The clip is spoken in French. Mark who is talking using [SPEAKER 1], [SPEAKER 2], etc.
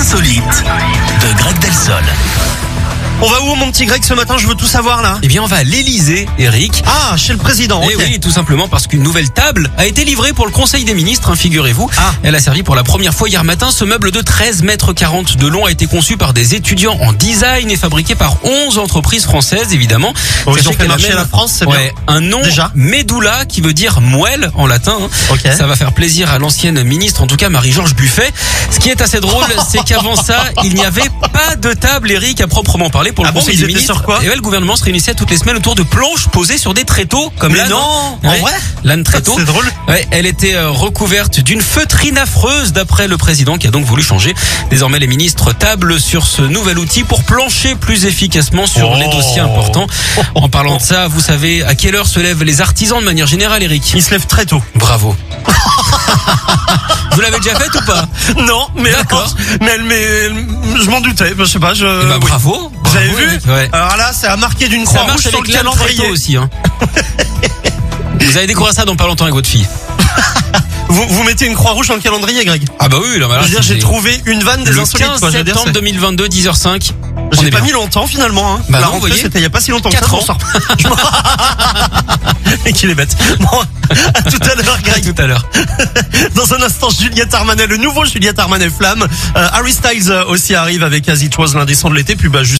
[SPEAKER 1] insolite de Greg Delsol.
[SPEAKER 2] On va où mon petit Greg ce matin Je veux tout savoir là.
[SPEAKER 3] Eh bien, on va à l'Elysée, Eric.
[SPEAKER 2] Ah, chez le président.
[SPEAKER 3] Eh
[SPEAKER 2] ok.
[SPEAKER 3] oui, tout simplement parce qu'une nouvelle table a été livrée pour le Conseil des ministres, hein, figurez-vous.
[SPEAKER 2] Ah.
[SPEAKER 3] Elle a servi pour la première fois hier matin. Ce meuble de 13 mètres 40 de long a été conçu par des étudiants en design et fabriqué par 11 entreprises françaises, évidemment.
[SPEAKER 2] Bon, ils
[SPEAKER 3] Sachez
[SPEAKER 2] ont fait
[SPEAKER 3] qu'elle a
[SPEAKER 2] marcher
[SPEAKER 3] même-
[SPEAKER 2] la France, c'est
[SPEAKER 3] Ouais, Un nom,
[SPEAKER 2] Déjà.
[SPEAKER 3] Médoula, qui veut dire moelle en latin. hein.
[SPEAKER 2] Ok.
[SPEAKER 3] Ça va faire plaisir à l'ancienne ministre, en tout cas Marie-Georges Buffet. Ce qui est assez drôle, c'est qu'avant ça, il n'y avait pas de table, Eric, à proprement parler pour le
[SPEAKER 2] Ah bon,
[SPEAKER 3] Conseil
[SPEAKER 2] ils
[SPEAKER 3] des
[SPEAKER 2] étaient
[SPEAKER 3] ministres. Eh
[SPEAKER 2] sur quoi
[SPEAKER 3] Et ouais, le gouvernement se réunissait toutes les semaines autour de planches posées sur des tréteaux, comme
[SPEAKER 2] Mais
[SPEAKER 3] l'âne.
[SPEAKER 2] non, en
[SPEAKER 3] Ouais,
[SPEAKER 2] vrai
[SPEAKER 3] L'âne tréteau.
[SPEAKER 2] C'est drôle.
[SPEAKER 3] Ouais, elle était euh, recouverte d'une feutrine affreuse d'après le président qui a donc voulu changer. Désormais, les ministres tablent sur ce nouvel outil pour plancher plus efficacement sur
[SPEAKER 2] Oh.
[SPEAKER 3] les dossiers importants. En parlant de ça, vous savez à quelle heure se lèvent les artisans de manière générale, Eric
[SPEAKER 2] Ils se lèvent très tôt.
[SPEAKER 3] Bravo. vous l'avez déjà fait ou pas
[SPEAKER 2] Eh Non, mais
[SPEAKER 3] D'accord.
[SPEAKER 2] Mais, elle- mais elle- je m'en doutais. Je sais pas. Je,
[SPEAKER 3] Eh ben,
[SPEAKER 2] oui.
[SPEAKER 3] bravo.
[SPEAKER 2] Vous avez
[SPEAKER 3] Bravo,
[SPEAKER 2] vu
[SPEAKER 3] Eric, ouais.
[SPEAKER 2] Alors là, ça a marqué d'une
[SPEAKER 3] Ça
[SPEAKER 2] croix
[SPEAKER 3] marche
[SPEAKER 2] rouge sur
[SPEAKER 3] avec
[SPEAKER 2] le
[SPEAKER 3] l'âne
[SPEAKER 2] calendrier.
[SPEAKER 3] tréteau aussi. Hein. vous allez découvrir ça dans pas longtemps avec votre fille.
[SPEAKER 2] Vous, vous mettez une croix rouge dans le calendrier, Greg.
[SPEAKER 3] Ah bah oui, là, bah là,
[SPEAKER 2] je veux dire,
[SPEAKER 3] c'est-
[SPEAKER 2] j'ai trouvé une vanne des
[SPEAKER 3] Le
[SPEAKER 2] insolites.
[SPEAKER 3] 15
[SPEAKER 2] quoi, je veux dire,
[SPEAKER 3] septembre
[SPEAKER 2] c'est-
[SPEAKER 3] 2022, 10h05. on
[SPEAKER 2] J'ai
[SPEAKER 3] est
[SPEAKER 2] pas
[SPEAKER 3] bien.
[SPEAKER 2] mis longtemps finalement. Hein.
[SPEAKER 3] Bah
[SPEAKER 2] la
[SPEAKER 3] non, vous
[SPEAKER 2] rentrée,
[SPEAKER 3] voyez.
[SPEAKER 2] c'était il y a pas si longtemps que
[SPEAKER 3] Quatre
[SPEAKER 2] ça.
[SPEAKER 3] ans.
[SPEAKER 2] Bon, sort. Je m'en- Et qu'il est bête. Bon, à tout à l'heure,
[SPEAKER 3] À
[SPEAKER 2] Greg.
[SPEAKER 3] tout à l'heure.
[SPEAKER 2] Dans un instant, Juliette Armanet, le nouveau Juliette Armanet Flamme. Euh, Harry Styles euh, aussi arrive avec As It Was lundi son de l'été. Puis bah, juste